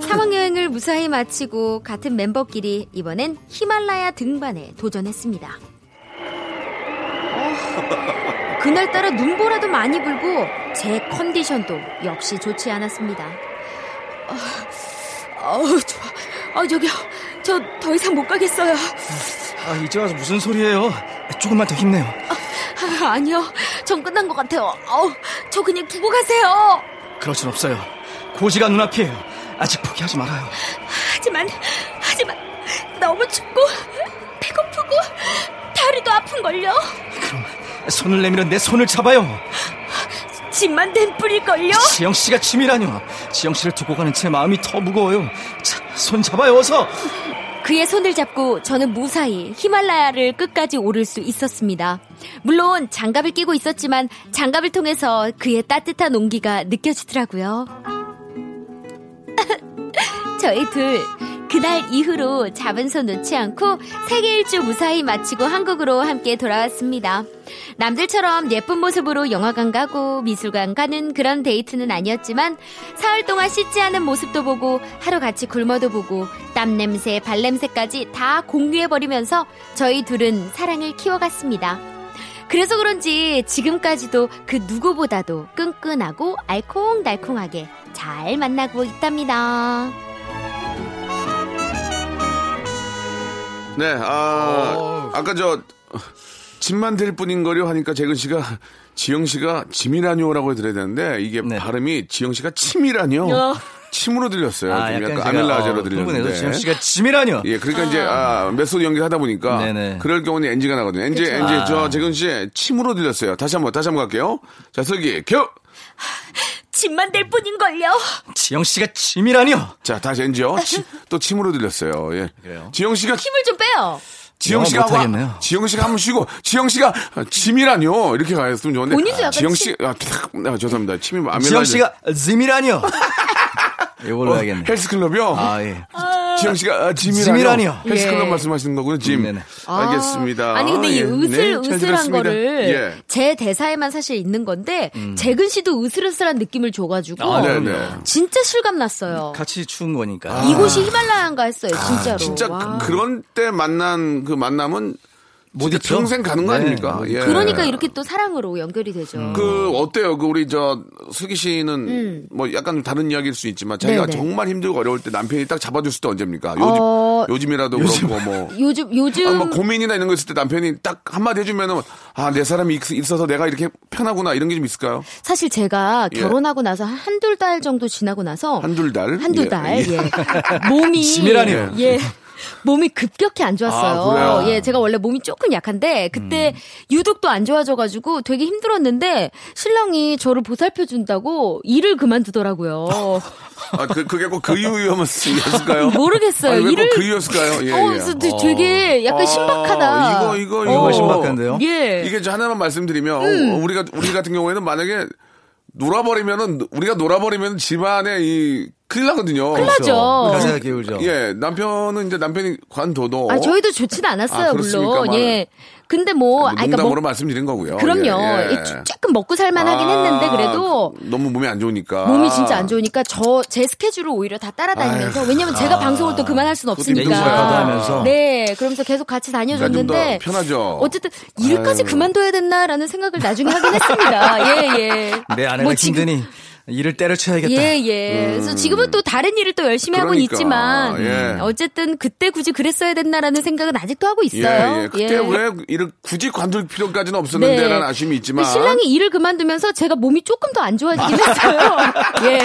G: 3학여행을 무사히 마치고 같은 멤버끼리 이번엔 히말라야 등반에 도전했습니다. 어, 그날따라 눈보라도 많이 불고 제 컨디션도 역시 좋지 않았습니다. 어, 우 좋아. 어, 저기요. 저 더 이상 못 가겠어요.
D: 아, 이제 와서 무슨 소리예요? 조금만 더 힘내요.
G: 아, 아니요. 전 끝난 것 같아요. 어, 저 그냥 두고 가세요.
D: 그럴 순 없어요. 고지가 눈앞이에요. 아직 포기하지 말아요.
G: 하지만 하지만 너무 춥고 배고프고 다리도 아픈 걸요.
D: 그럼 손을 내밀어 내 손을 잡아요.
G: 집만 된 뿌릴 걸요.
D: 지영 씨가 치밀하뇨. 지영 씨를 두고 가는 제 마음이 더 무거워요. 자, 손 잡아요, 어서.
G: 그의 손을 잡고 저는 무사히 히말라야를 끝까지 오를 수 있었습니다. 물론 장갑을 끼고 있었지만 장갑을 통해서 그의 따뜻한 온기가 느껴지더라고요. 저희 둘 그날 이후로 잡은 손 놓지 않고 세계 일주 무사히 마치고 한국으로 함께 돌아왔습니다. 남들처럼 예쁜 모습으로 영화관 가고 미술관 가는 그런 데이트는 아니었지만 사흘 동안 씻지 않은 모습도 보고 하루 같이 굶어도 보고 땀 냄새, 발 냄새까지 다 공유해 버리면서 저희 둘은 사랑을 키워갔습니다. 그래서 그런지 지금까지도 그 누구보다도 끈끈하고 알콩달콩하게 잘 만나고 있답니다.
C: 네,
D: 어.
C: 아, 아까 저, 짐만 될 뿐인 거려 하니까 재근 씨가, 지영 씨가 짐이라뇨라고 해드려야 되는데, 이게
D: 네.
C: 발음이 지영 씨가 침이라뇨?
G: 어.
C: 침으로 들렸어요.
D: 아,
C: 좀 약간,
D: 제가,
C: 아멜라제로
D: 어,
C: 들렸는데.
D: 흥분해서 지영 씨가 짐이라뇨.
C: (laughs) 예, 그러니까 이제, 아, 메소드 연기하다 보니까,
D: 네네.
C: 그럴 경우는 NG가 나거든요. NG, NG,
D: 아.
C: 저 재근 씨 침으로 들렸어요. 다시 한 번, 다시 한 번 갈게요. 자, 서기, 겨!
G: 집만 될 뿐인걸요.
D: 지영 씨가 짐이라뇨.
C: 자, 다시
G: (laughs)
C: NG요. 치- 또 침으로 들렸어요. 예.
D: 그래요?
C: 지영 씨가
G: 힘을 좀 빼요.
C: 지영 씨가
D: 영어 못하겠네요.
C: 와, 지영 씨가 한 번 쉬고 지영 씨가 짐이라뇨 이렇게 가셨으면 좋은데
G: 본인도 약간
C: 지영
G: 침-
C: 씨 아, 탁, 아, 죄송합니다 침이 마음에
D: 지영 씨가
C: (laughs)
D: 짐이라뇨. 이걸로 해야겠네.
C: 어, 헬스클럽이요
D: 아, 예.
C: 지영 씨가 아, 짐이라뇨,
D: 짐이라뇨. 음,
C: 헬스클럽
G: 예.
C: 말씀하시는 거군요 짐
D: 네네.
C: 알겠습니다
G: 아니 근데 이
C: 예. 네, 잘
G: 으슬으슬한
C: 들었습니다.
G: 거를
C: 예. 음.
G: 제 대사에만 사실 있는 건데 재근 씨도 으슬으슬한 느낌을 줘가지고
D: 아,
C: 네네. 아.
D: 그럼요.
G: 진짜 실감 났어요.
D: 같이 추운 거니까.
G: 이곳이 히말라야인가 했어요 진짜로.
C: 진짜
G: 와.
C: 그, 런때 만난 그 만남은
D: 못
C: 진짜
D: 잊죠?
C: 평생 가는 거
D: 네,
C: 아닙니까
D: 못
C: 예.
G: 그러니까 이렇게 또 사랑으로 연결이 되죠.
C: 그 어때요? 그 우리 저 슬기 씨는 뭐 약간 좀 다른 이야기일 수 있지만 자기가
G: 음. 네네.
C: 정말 힘들고 어려울 때 남편이 딱 잡아줄 수도 언제입니까? 요즘
G: 어,
C: 요즘이라도 그렇고 뭐.
G: 요즘 요즘
C: 아, 뭐 고민이나 이런 거 있을 때 남편이 딱 한마디 해주면은 아 내 사람이 있- 있어서 내가 이렇게 편하구나 이런 게 좀 있을까요?
G: 사실 제가
C: 예.
G: 결혼하고 나서 한- 한둘 달 정도 지나고 나서
C: 한둘 달?
G: 한두
C: 예.
G: 달,
C: 예. (laughs)
G: 예. 몸이.
D: 치밀하네요.
G: 예. 몸이 급격히 안 좋았어요.
C: 아, 그래요?
G: 예, 제가 원래 몸이 조금 약한데 그때
D: 음.
G: 유독 또 안 좋아져가지고 되게 힘들었는데 신랑이 저를 보살펴준다고
C: (laughs)
G: 일을 그만두더라고요.
C: 아, 그, 그게 꼭 그 이유였을까요?
G: 모르겠어요.
C: 아니,
G: 일을-
C: 왜꼭그 이유였을까요? 예,
G: 어,
C: 예.
G: 그래서 되게 약간 신박하다.
C: 아, 이거 이거 이거
D: 정말 신박한데요?
G: 예.
C: 이게 저 하나만 말씀드리면
G: 음.
C: 어, 우리가 우리 같은 경우에는 만약에 놀아버리면은 우리가 놀아버리면 집안에 이 큰일 나거든요.
G: 큰일 나죠.
C: 아.
D: 가사가 기울죠.
C: 예, 남편은 이제 남편이 관둬도
G: 아, 저희도 좋진 않았어요,
C: 아, 그렇습니까?
G: 물론. 예. 근데 뭐, 아니, 그러니까
C: 농담으로
G: 먹-
C: 말씀드린 거고요.
G: 그럼요.
C: 예, 예.
G: 이 조- 조금 먹고 살만하긴
C: 아,
G: 했는데 그래도
C: 너무 몸이 안 좋으니까
G: 몸이 진짜 안 좋으니까 저 제 스케줄을 오히려 다 따라다니면서 왜냐면 제가 방송을 또 그만할 수는
C: 아. 그것도 힘든
G: 없으니까
C: 거야.
D: 얘기도 하면서.
G: 네 그러면서 계속 같이
C: 그러니까 좀더
G: 다녀줬는데
C: 편하죠.
G: 어쨌든 일까지
C: 아유.
G: 그만둬야 됐나라는 생각을 나중에 하긴 했습니다
C: (laughs)
G: 예예
D: 내 아내가 힘드니 일을 때려쳐야겠다.
G: 뭐 예예 그래서 지금은 또 다른 일을 또 열심히 하고
C: 음. 그러니까,
G: 있지만
C: 예.
G: 어쨌든 그때 굳이 그랬어야 됐나라는 생각은 아직도 하고 있어요
C: 예, 예. 그때
G: 예.
C: 왜 이를 굳이 관둘 필요까지는
G: 네.
C: 없었는데라는 아쉬움이 있지만 (laughs)
G: 신랑이 일을 그만두면서 제가 몸이 조금 더 안 좋아지긴 했어요. 예.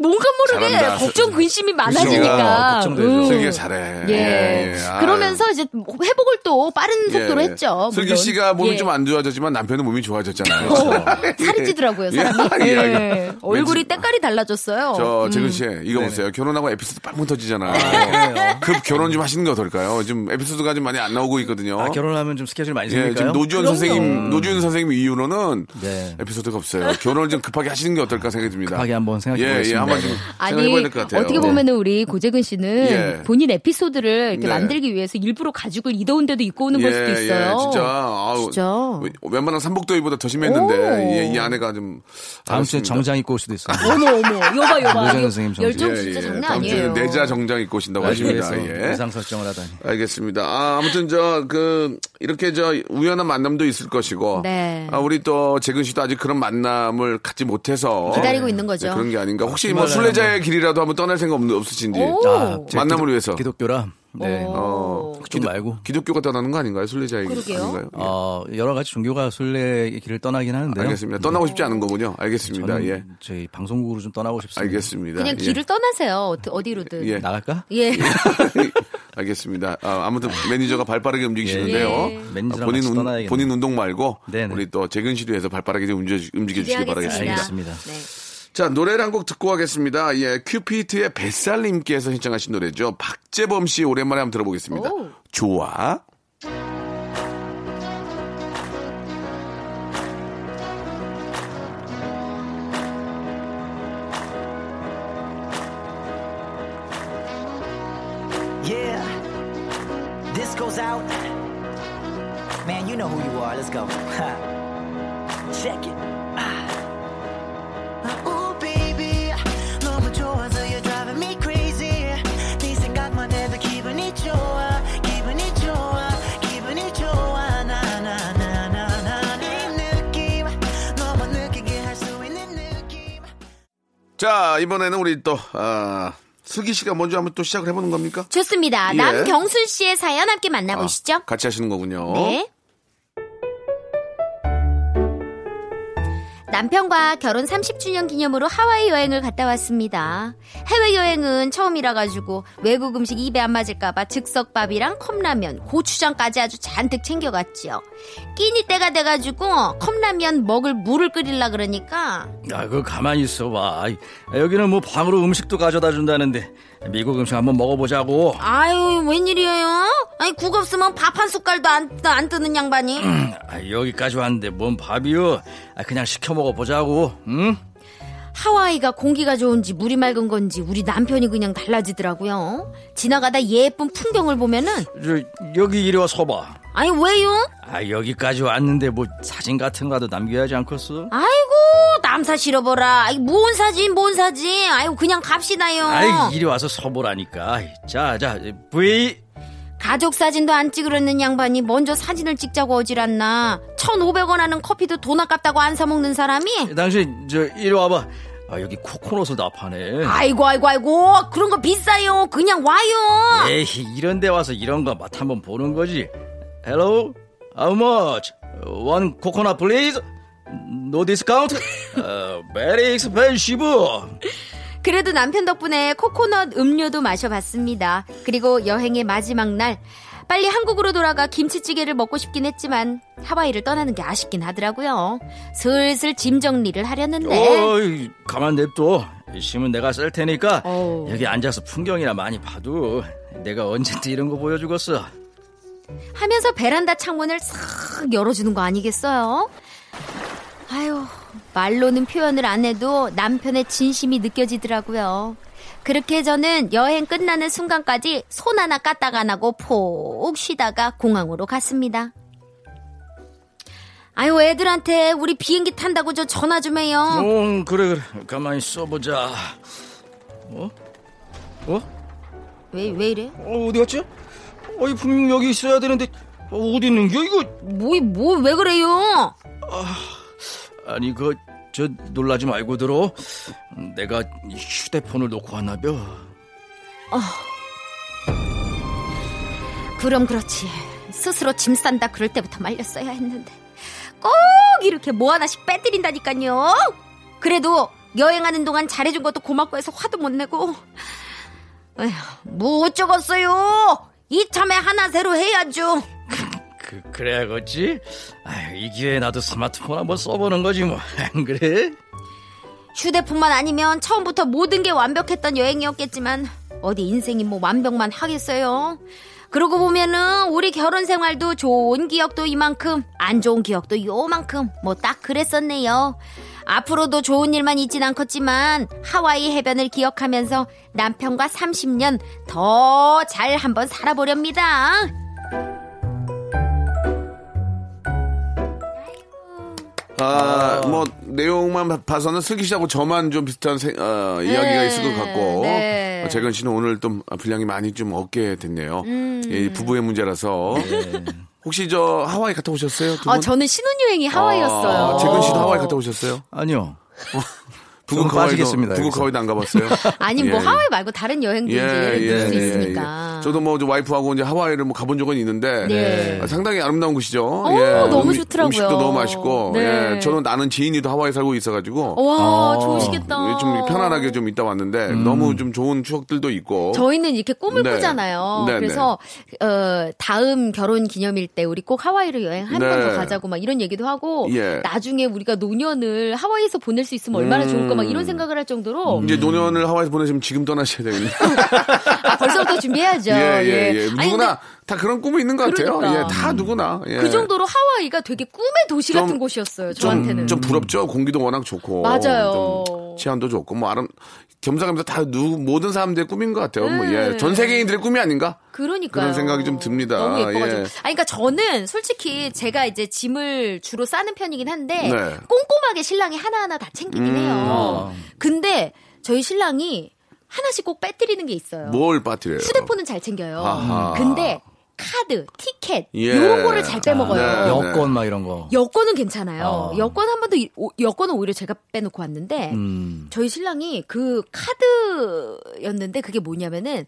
G: 뭔가 모르게
C: 잘한다. 어,
G: 걱정 근심이 많아지니까.
D: 그러니까 걱정되죠.
G: 음.
C: 슬기가 잘해.
G: 예.
C: 아.
G: 그러면서 이제 뭐 회복을 또 빠른 속도로
C: 예.
G: 했죠.
C: 슬기
G: 물론.
C: 씨가 몸이
G: 예. (laughs) 어.
C: 좀 안 좋아졌지만 남편은 몸이 좋아졌잖아요. (laughs)
G: 살이 찌더라고요, 사람이.
C: 예, 예,
G: 예.
C: 예.
G: 얼굴이
C: 왠지-
G: 때깔이 달라졌어요. 음.
C: 저 재근 씨 이거 보세요. 결혼하고 에피소드 빵빵
G: 네,
C: 터지잖아. 급 결혼 좀 하시는 게 어떨까요? 지금 에피소드가 좀 많이 안 나오고 있거든요.
D: 아, 결혼하면 좀 스케줄 많이
C: 예,
D: 생길까요?
C: 지금 노지원
G: 그럼요. 음.
C: 선생님 노지원 선생님 이후로는
D: 네.
C: 에피소드가 없어요. 결혼을 좀 급하게 하시는 게 어떨까 생각이 듭니다.
D: 급하게 한번 생각해
C: 예, 예,
D: 보겠습니다.
C: 한번 좀
G: 아니
C: 생각해봐야 될 것 같아요.
G: 어떻게 보면은 우리 고재근 씨는
C: 예.
G: 본인 에피소드를 이렇게
C: 네.
G: 만들기 위해서 일부러 가죽을 이더운 데도 입고 오는 걸 수도 있어요.
C: 예, 진짜. 아우,
G: 진짜.
C: 웬- 웬만한 삼복도이보다 더 심했는데,
G: 오.
C: 예, 이 아내가 좀.
D: 다음
C: 알았습니다.
D: 주에
C: 예,
D: 정장 입고 올 수도 있어요.
G: 어머 어머 여봐 여봐
D: 아, 노재근 선생님 정신.
G: 열정 진짜 장난
C: 다음 주에
G: 아니에요.
C: 내자 정장 입고 오신다고 하십니다. 예.
D: 상 설정을 하다니.
C: 알겠습니다. 아, 아무튼 저, 그, 이렇게 저 우연한 만남도 있을 것이고.
G: 네.
C: 아, 우리 또 재근 씨도 아직 그런 만남을 갖지 못해서.
G: 기다리고 있는 거죠.
C: 네, 그런 게 아닌가. 혹시 뭐 순례자의 길이라도 한번 떠날 생각 없- 없으신지.
G: 오.
D: 제
C: 만남을
D: 기독-
C: 위해서. 어.
D: 기독교라. 네.
G: 오.
D: 그쪽 말고.
C: 기독교가 떠나는 거 아닌가요? 순례자의 길
G: 그러게요.
C: 아닌가요? 예.
D: 어, 여러 가지 종교가 순례의 길을 떠나긴 하는데요.
C: 알겠습니다. 떠나고 싶지 않은 거군요. 알겠습니다.
D: 저는
C: 예.
D: 저희 방송국으로 좀 떠나고 싶습니다.
C: 알겠습니다.
G: 그냥
C: 예.
G: 길을 떠나세요. 어디- 어디로든.
C: 예.
D: 나갈까?
G: 예.
C: (laughs)
G: (laughs)
C: 알겠습니다. 아, 아무튼 매니저가 발 빠르게 움직이시는데요. 아,
G: 예.
D: 매니저랑
C: 본인,
D: 같이
C: 운-
D: 떠나야겠네요.
C: 본인 운동 말고
D: 네네.
C: 우리 또 재근 씨도 해서 발 빠르게 좀 움직여, 움직여주시기 바라겠습니다.
D: 알겠습니다.
G: 네.
C: 자, 노래를 한 곡 듣고 가겠습니다. 예, 큐피트의 뱃살님께서 신청하신 노래죠. 박재범 씨 오랜만에 한번 들어보겠습니다.
G: 오.
C: 좋아.
H: Yeah, this goes out. Man, you know who you are. Let's go. Check it. Ah. Ooh, baby, 너무 좋아서 you're driving me crazy. 네 생각만 해도 기분이 좋아, 기분이 좋아, 기분이 좋아. 나나나나나 네 느낌, 너만 느끼게 할 수 있는 느낌.
C: 자, 이번에는 우리 또, 아, 슬기 씨가 먼저 한번 또 시작을 해보는 겁니까?
G: 좋습니다.
C: 예.
G: 남경순 씨의 사연 함께 만나보시죠.
C: 아, 같이 하시는 거군요.
G: 네. 남편과 결혼 30주년 기념으로 하와이 여행을 갔다 왔습니다. 해외 여행은 처음이라 가지고 외국 음식 입에 안 맞을까봐 즉석밥이랑 컵라면, 고추장까지 아주 잔뜩 챙겨갔지요. 끼니 때가 돼가지고 어, 컵라면 먹을 물을 끓일라 그러니까
D: 야, 그거 가만히 있어봐. 아이, 여기는 뭐 방으로 음식도 가져다 준다는데 미국 음식 한번 먹어보자고.
G: 아유 웬일이에요? 아니 국 없으면 밥 한 숟갈도 안, 안 뜨는 양반이.
D: 아, 여기까지 왔는데 뭔 밥이요? 아, 그냥 시켜 먹어보자고. 응?
G: 하와이가 공기가 좋은지 물이 맑은 건지 우리 남편이 그냥 달라지더라고요. 지나가다 예쁜 풍경을 보면은
D: 저, 여기 이리 와 서봐.
G: 아니 왜요?
D: 아, 여기까지 왔는데 뭐 사진 같은 거라도 남겨야지 않겠어?
G: 아이고 남사 실어보라. 아이 뭔 사진 뭔 사진. 아이고 그냥 갑시다요.
D: 아이, 이리 와서 서보라니까. 아이, 자, 자, V.
G: 가족 사진도 안 찍으려는 양반이 먼저 사진을 찍자고 어지럽나. 1,500원 하는 커피도 돈 아깝다고 안 사 먹는 사람이.
D: 당신, 저, 이리 와봐. 아, 여기 코코넛을 다 파네.
G: 아이고 아이고 아이고 그런 거 비싸요. 그냥 와요.
D: 에이, 이런 데 와서 이런 거 맛 한번 보는 거지. Hello? How much? One coconut, please? No discount? (laughs) Uh, very expensive.
G: 그래도 남편 덕분에 코코넛 음료도 마셔봤습니다. 그리고 여행의 마지막 날 빨리 한국으로 돌아가 김치찌개를 먹고 싶긴 했지만 하와이를 떠나는 게 아쉽긴 하더라고요. 슬슬 짐 정리를 하려는데
D: 어이, 가만 냅둬. 이 심은 내가 쓸 테니까
G: 네. 어우.
D: 여기 앉아서 풍경이나 많이 봐도 내가 언제 또 이런 거 보여주겠어.
G: 하면서 베란다 창문을 싹 열어주는 거 아니겠어요? 아유 말로는 표현을 안 해도 남편의 진심이 느껴지더라고요. 그렇게 저는 여행 끝나는 순간까지 손 하나 까딱 안 하고 푹 쉬다가 공항으로 갔습니다. 아유 애들한테 우리 비행기 탄다고 저 전화 좀 해요.
D: 응, 그래 그래. 가만히 써보자. 어? 어?
G: 왜 왜 이래?
D: 어 어디 갔지? 어이 분명 여기 있어야 되는데 어, 어디 있는 겨 이거?
G: 뭐뭐 왜 그래요?
D: 아니 그 저 놀라지 말고 들어 내가 휴대폰을 놓고 왔나벼
G: 그럼 그렇지. 스스로 짐 싼다 그럴 때부터 말렸어야 했는데. 꼭 이렇게 뭐 하나씩 빼드린다니까요. 그래도 여행하는 동안 잘해준 것도 고맙고 해서 화도 못 내고. 에휴, 뭐 어쩌겠어요. 이참에 하나 새로 해야죠.
D: 그, 그래야겠지? 아유, 이 기회에 나도 스마트폰 한번 써보는 거지 뭐. (laughs) 안 그래?
G: 휴대폰만 아니면 처음부터 모든 게 완벽했던 여행이었겠지만 어디 인생이 뭐 완벽만 하겠어요. 그러고 보면은 우리 결혼 생활도 좋은 기억도 이만큼 안 좋은 기억도 요만큼 뭐 딱 그랬었네요. 앞으로도 좋은 일만 있진 않겠지만 하와이 해변을 기억하면서 남편과 30년 더 잘 한번 살아보렵니다.
C: 아, 뭐 내용만 봐- 봐서는 슬기 씨하고 저만 좀 비슷한 생- 어, 이야기가
G: 네,
C: 있을 것 같고
G: 네.
C: 어, 재근 씨는 오늘 좀 분량이 많이 좀 얻게 됐네요.
G: 음.
C: 예, 이 부부의 문제라서 혹시 저 하와이 갔다 오셨어요? 두
G: 아,
C: 분?
G: 저는 신혼여행이 하와이였어요.
C: 아, 재근 씨도 하와이 갔다 오셨어요?
D: 아니요.
C: 부부
D: 저는 빠지겠습니다,
C: 부부
D: 여기서.
C: 거의도 안 가봤어요.
G: (laughs) 아니 뭐
C: 예.
G: 하와이 말고 다른 여행도 이제 예를 들을 수 있으니까.
C: 예. 저도 뭐저 와이프하고 이제 하와이를 뭐 가본 적은 있는데
G: 네. 어,
C: 아, 상당히 아름다운 곳이죠. 예.
G: 너무 좋더라고요.
C: 음식도 너무 맛있고.
G: 네.
C: 예. 저는 나는 지인이도 하와이 살고 있어가지고
G: 와
D: 어.
G: 좋으시겠다.
C: 아,
G: 음.
C: 좀 편안하게 좀 있다 왔는데 너무 좀 좋은 추억들도 있고.
G: 저희는 이렇게 꿈을
C: 네.
G: 꾸잖아요.
C: 네,
G: 그래서 어, 다음 결혼 기념일 때 우리 꼭 하와이로 여행 한 번
C: 네.
G: 더 가자고 막 이런 얘기도 하고
C: 예.
G: 나중에 우리가 노년을 하와이에서 보낼 수 있으면 얼마나 좋을까 막 이런 생각을 할 정도로
C: 음. 이제 노년을 하와이에서 보내시면 지금 떠나셔야
G: (laughs)
C: 되겠네요.
G: 아, 벌써부터 준비해야죠.
C: (laughs) 예, 예, 예.
G: 아니, 근데
C: 누구나 다 그런 꿈이 있는 것 같아요.
G: 그러니까.
C: 예, 다 누구나. 예.
G: 그 정도로 하와이가 되게 꿈의 도시
C: 좀-
G: 같은 곳이었어요.
C: 좀,
G: 저한테는.
C: 좀 부럽죠. 공기도 워낙 좋고.
G: 맞아요.
C: 좀 치안도 좋고 뭐 아름 겸사겸사 다 누, 모든 사람들의 꿈인 것 같아요. 뭐 예.
G: 네.
C: 전 세계인들의 꿈이 아닌가?
G: 그러니까
C: 그런 생각이 좀 듭니다.
G: 너무 예뻐가지고.
C: 예.
G: 아니 그러니까 저는 솔직히 제가 이제 짐을 주로 싸는 편이긴 한데
C: 네.
G: 꼼꼼하게 신랑이 하나하나 다 챙기긴 해요.
C: 음.
G: 근데 저희 신랑이 하나씩 꼭 빼뜨리는 게 있어요.
C: 뭘 빠뜨려요?
G: 휴대폰은 잘 챙겨요.
C: 아하.
G: 근데 카드, 티켓
C: 예.
G: 이런 거를 잘 빼먹어요.
C: 아, 네.
D: 여권 막 이런 거.
G: 여권은 괜찮아요.
D: 어.
G: 여권 한 번도 이- 오- 여권은 오히려 제가 빼놓고 왔는데
C: 음.
G: 저희 신랑이 그 카드였는데 그게 뭐냐면은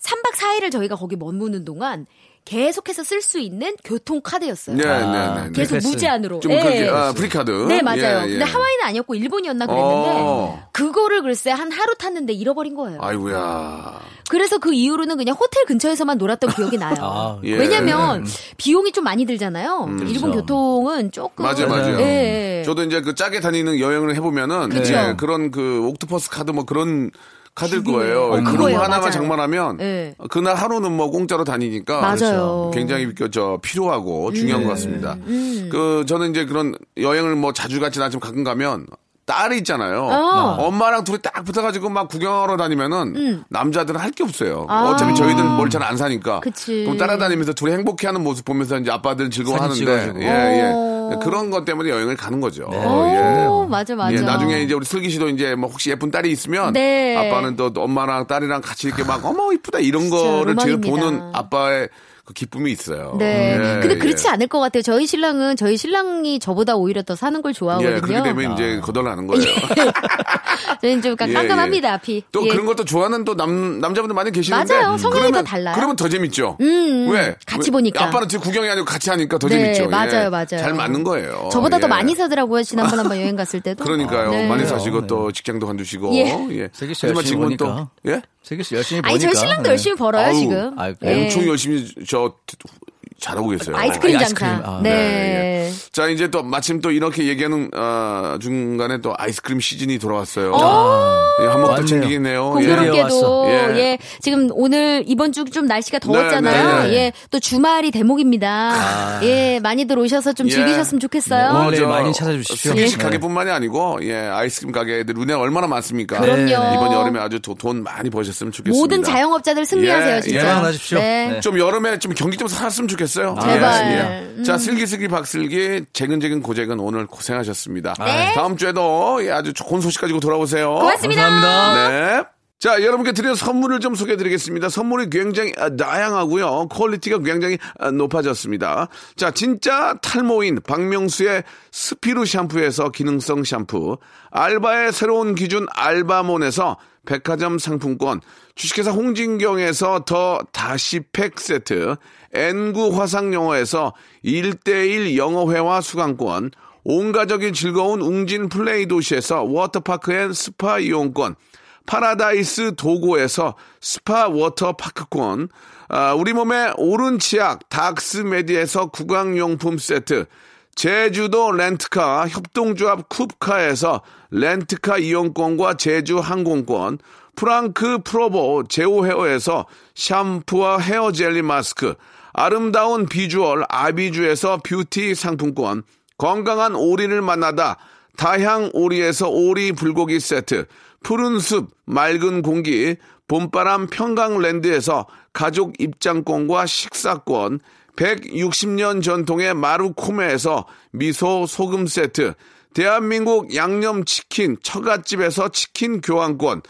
G: 3박 4일을 저희가 거기 머무는 동안 계속해서 쓸 수 있는 교통 카드였어요.
C: 네,
D: 아,
C: 네, 네. 네.
G: 계속
D: 패스.
G: 무제한으로.
C: 좀
G: 예.
C: 그렇게 아, 프리카드.
G: 네 맞아요.
C: 예, 예.
G: 근데 하와이는 아니었고 일본이었나 그랬는데
C: 어.
G: 그거를 글쎄 한 하루 탔는데 잃어버린 거예요.
C: 아이고야.
G: 그래서 그 이후로는 그냥 호텔 근처에서만 놀았던
C: (laughs)
G: 기억이 나요.
D: 아,
C: 예. 음,
G: 왜냐면 비용이 좀 많이 들잖아요. 일본
D: 그렇죠.
G: 교통은 조금
C: 맞아요, 맞아요.
G: 예, 예.
C: 저도 이제 그 짜게 다니는 여행을 해보면은
G: 그쵸.
C: 예, 그런 그 옥토퍼스 카드 뭐 그런 카드일 거예요.
G: 어,
C: 그거
G: 그거예요,
C: 하나만
G: 맞아요.
C: 장만하면
G: 네.
C: 그날 하루는 뭐 공짜로 다니니까
G: 맞아요. 음.
C: 굉장히 그, 저, 필요하고 중요한 것 같습니다. 그 저는 이제 그런 여행을 뭐 자주 같진 않지만 가끔 가면 딸이 있잖아요.
G: 어.
C: 엄마랑 둘이 딱 붙어가지고 막 구경하러 다니면은 남자들은 할 게 없어요.
G: 음. 아.
C: 어차피 저희들은 뭘 잘 안 사니까.
G: 그치.
C: 그럼 따라다니면서 둘이 행복해하는 모습 보면서 이제 아빠들은 즐거워하는데
D: 찍어주고. 네.
C: 예, 예.
G: 어.
C: 그런 것 때문에 여행을 가는 거죠.
G: 오, 어, 맞아, 맞아.
C: 예, 나중에 이제 우리 슬기 씨도 이제 뭐 혹시 예쁜 딸이 있으면
G: 네.
C: 아빠는 또 엄마랑 딸이랑 같이 이렇게 막 어머 이쁘다 이런
G: 진짜
C: 거를 제일
G: 로망입니다.
C: 보는 아빠의 그 기쁨이 있어요.
G: 네.
C: 예,
G: 근데 그렇지
C: 예.
G: 않을 것 같아요. 저희 신랑은 저희 신랑이 저보다 오히려 더 사는 걸 좋아하거든요.
C: 예, 그렇게 되면 이제 거덜나는 거예요.
G: (laughs) 저희는 좀 약간
C: 예,
G: 깜깜합니다,
C: 예.
G: 앞이.
C: 또
G: 예.
C: 그런 것도 좋아하는 또 남 남자분들 많이 계시는데
G: 맞아요. 성향이
C: 그러면-
G: 다 달라요.
C: 그러면 더 재밌죠.
G: 음,
C: 왜?
G: 같이
C: 왜?
G: 보니까.
C: 아빠는 지금 구경이 아니고 같이 하니까 더
G: 네,
C: 재밌죠. 예.
G: 맞아요, 맞아요.
C: 잘 맞는 거예요.
G: 저보다 더
C: 예.
G: 많이 사더라고요. 지난번 한번 여행 갔을 때도.
C: 그러니까요.
G: 네.
C: 많이 사시고 또 직장도 관두시고.
G: 예.
C: 예.
D: 슬기 씨
C: 하지만
D: 열심히
C: 지금은 또
D: 보니까.
C: 예?
D: 세기 씨 열심히 보니까.
G: 아니, 저희 신랑도
D: 네.
G: 열심히 벌어요,
C: 아우,
G: 지금.
D: 아이고.
G: 예.
C: 엄청 열심히 저 잘하고 계세요.
G: 아이스크림
D: 아,
G: 장사.
D: 아이스크림. 아,
G: 네.
C: 네, 자 이제 또 마침 또 이렇게 얘기하는 어, 중간에 또 아이스크림 시즌이 돌아왔어요. 예, 한번 더
D: 맞네요.
C: 챙기겠네요.
D: 공교롭게
C: 예.
G: 공교롭게도
C: 왔어.
G: 예.
C: 예.
G: 지금 오늘 이번 주 좀 날씨가 더웠잖아요.
C: 네, 네, 네.
G: 예, 또 주말이 대목입니다. 예, 많이들 오셔서 좀
C: 예.
G: 즐기셨으면 좋겠어요.
D: 네, 오늘
C: 저
D: 많이 찾아주십시오.
C: 스시
D: 네.
C: 가게뿐만이 아니고 예 아이스크림 가게들 눈에 얼마나 많습니까?
G: 그럼요.
C: 네. 이번 여름에 아주 도- 돈 많이 버셨으면 좋겠습니다.
G: 모든 자영업자들 승리하세요,
C: 예,
G: 진짜.
D: 대박나십시오.
G: 네. 아,
D: 네.
C: 좀 여름에 좀 경기 좀 살았으면 좋겠어요.
G: 제발.
C: 예. 자, 슬기슬기 박슬기, 재근재근 고재근 오늘 고생하셨습니다.
G: 네.
C: 다음 주에도 예, 아주 좋은 소식 가지고 돌아오세요.
G: 고맙습니다.
D: 감사합니다.
C: 네. 자, 여러분께 드린 선물을 좀 소개해 드리겠습니다. 선물이 굉장히 아, 다양하고요. 퀄리티가 굉장히 아, 높아졌습니다. 자, 진짜 탈모인 박명수의 스피루 샴푸에서 기능성 샴푸, 알바의 새로운 기준 알바몬에서 백화점 상품권, 주식회사 홍진경에서 더 다시 팩 세트, N구 화상영어에서 1대1 영어회화 수강권, 온가족이 즐거운 웅진 플레이 도시에서 워터파크 앤 스파 이용권, 파라다이스 도고에서 스파 워터파크권, 아, 우리 몸의 오른 치약 닥스메디에서 구강용품 세트, 제주도 렌트카 협동조합 쿱카에서 렌트카 이용권과 제주 항공권, 프랑크 프로보 제오 헤어에서 샴푸와 헤어 젤리 마스크, 아름다운 비주얼 아비주에서 뷰티 상품권, 건강한 오리를 만나다 다향 오리에서 오리 불고기 세트, 푸른 숲, 맑은 공기, 봄바람 평강랜드에서 가족 입장권과 식사권, 160년 전통의 마루코메에서 미소 소금 세트, 대한민국 양념치킨 처갓집에서 치킨 교환권,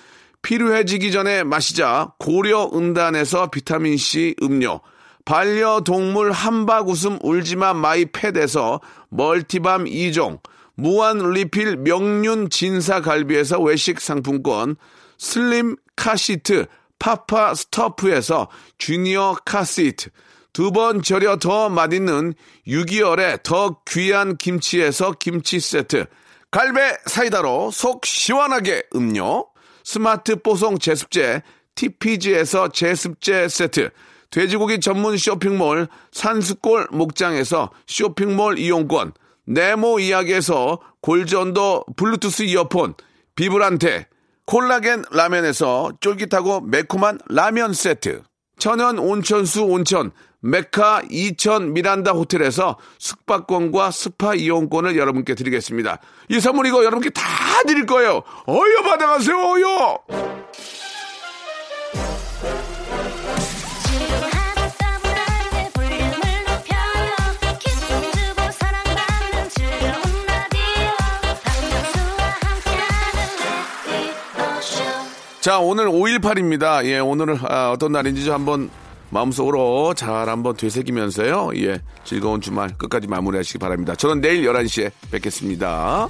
C: 필요해지기 전에 마시자 고려 은단에서 비타민C 음료, 반려동물 한박 웃음 울지마 마이 팻에서 멀티밤 2종, 무한 리필 명륜 진사 갈비에서 외식 상품권, 슬림 카시트 파파 스토프에서 주니어 카시트, 두 번 절여 더 맛있는 6개월의 더 귀한 김치에서 김치 세트, 갈배 사이다로 속 시원하게 음료, 스마트 뽀송 제습제 TPG에서 제습제 세트, 돼지고기 전문 쇼핑몰 산수골 목장에서 쇼핑몰 이용권, 네모 이야기에서 골전도 블루투스 이어폰, 비브란테, 콜라겐 라면에서 쫄깃하고 매콤한 라면 세트, 천연 온천수 온천, 메카 이천 미란다 호텔에서 숙박권과 스파 이용권을 여러분께 드리겠습니다. 이 선물 이거 여러분께 다 드릴 거예요. 어여 받아가세요, 어여!
I: 지루하고 따분한 내 볼륨을 높여요 기쁨 주고 사랑받는 즐거운 라디오 박명수와 함께하는 레디오쇼
C: 자, 오늘 5.18입니다. 예, 오늘은 아, 어떤 날인지 좀 한번 마음속으로 잘 한번 되새기면서요. 예, 즐거운 주말 끝까지 마무리하시기 바랍니다. 저는 내일 11시에 뵙겠습니다.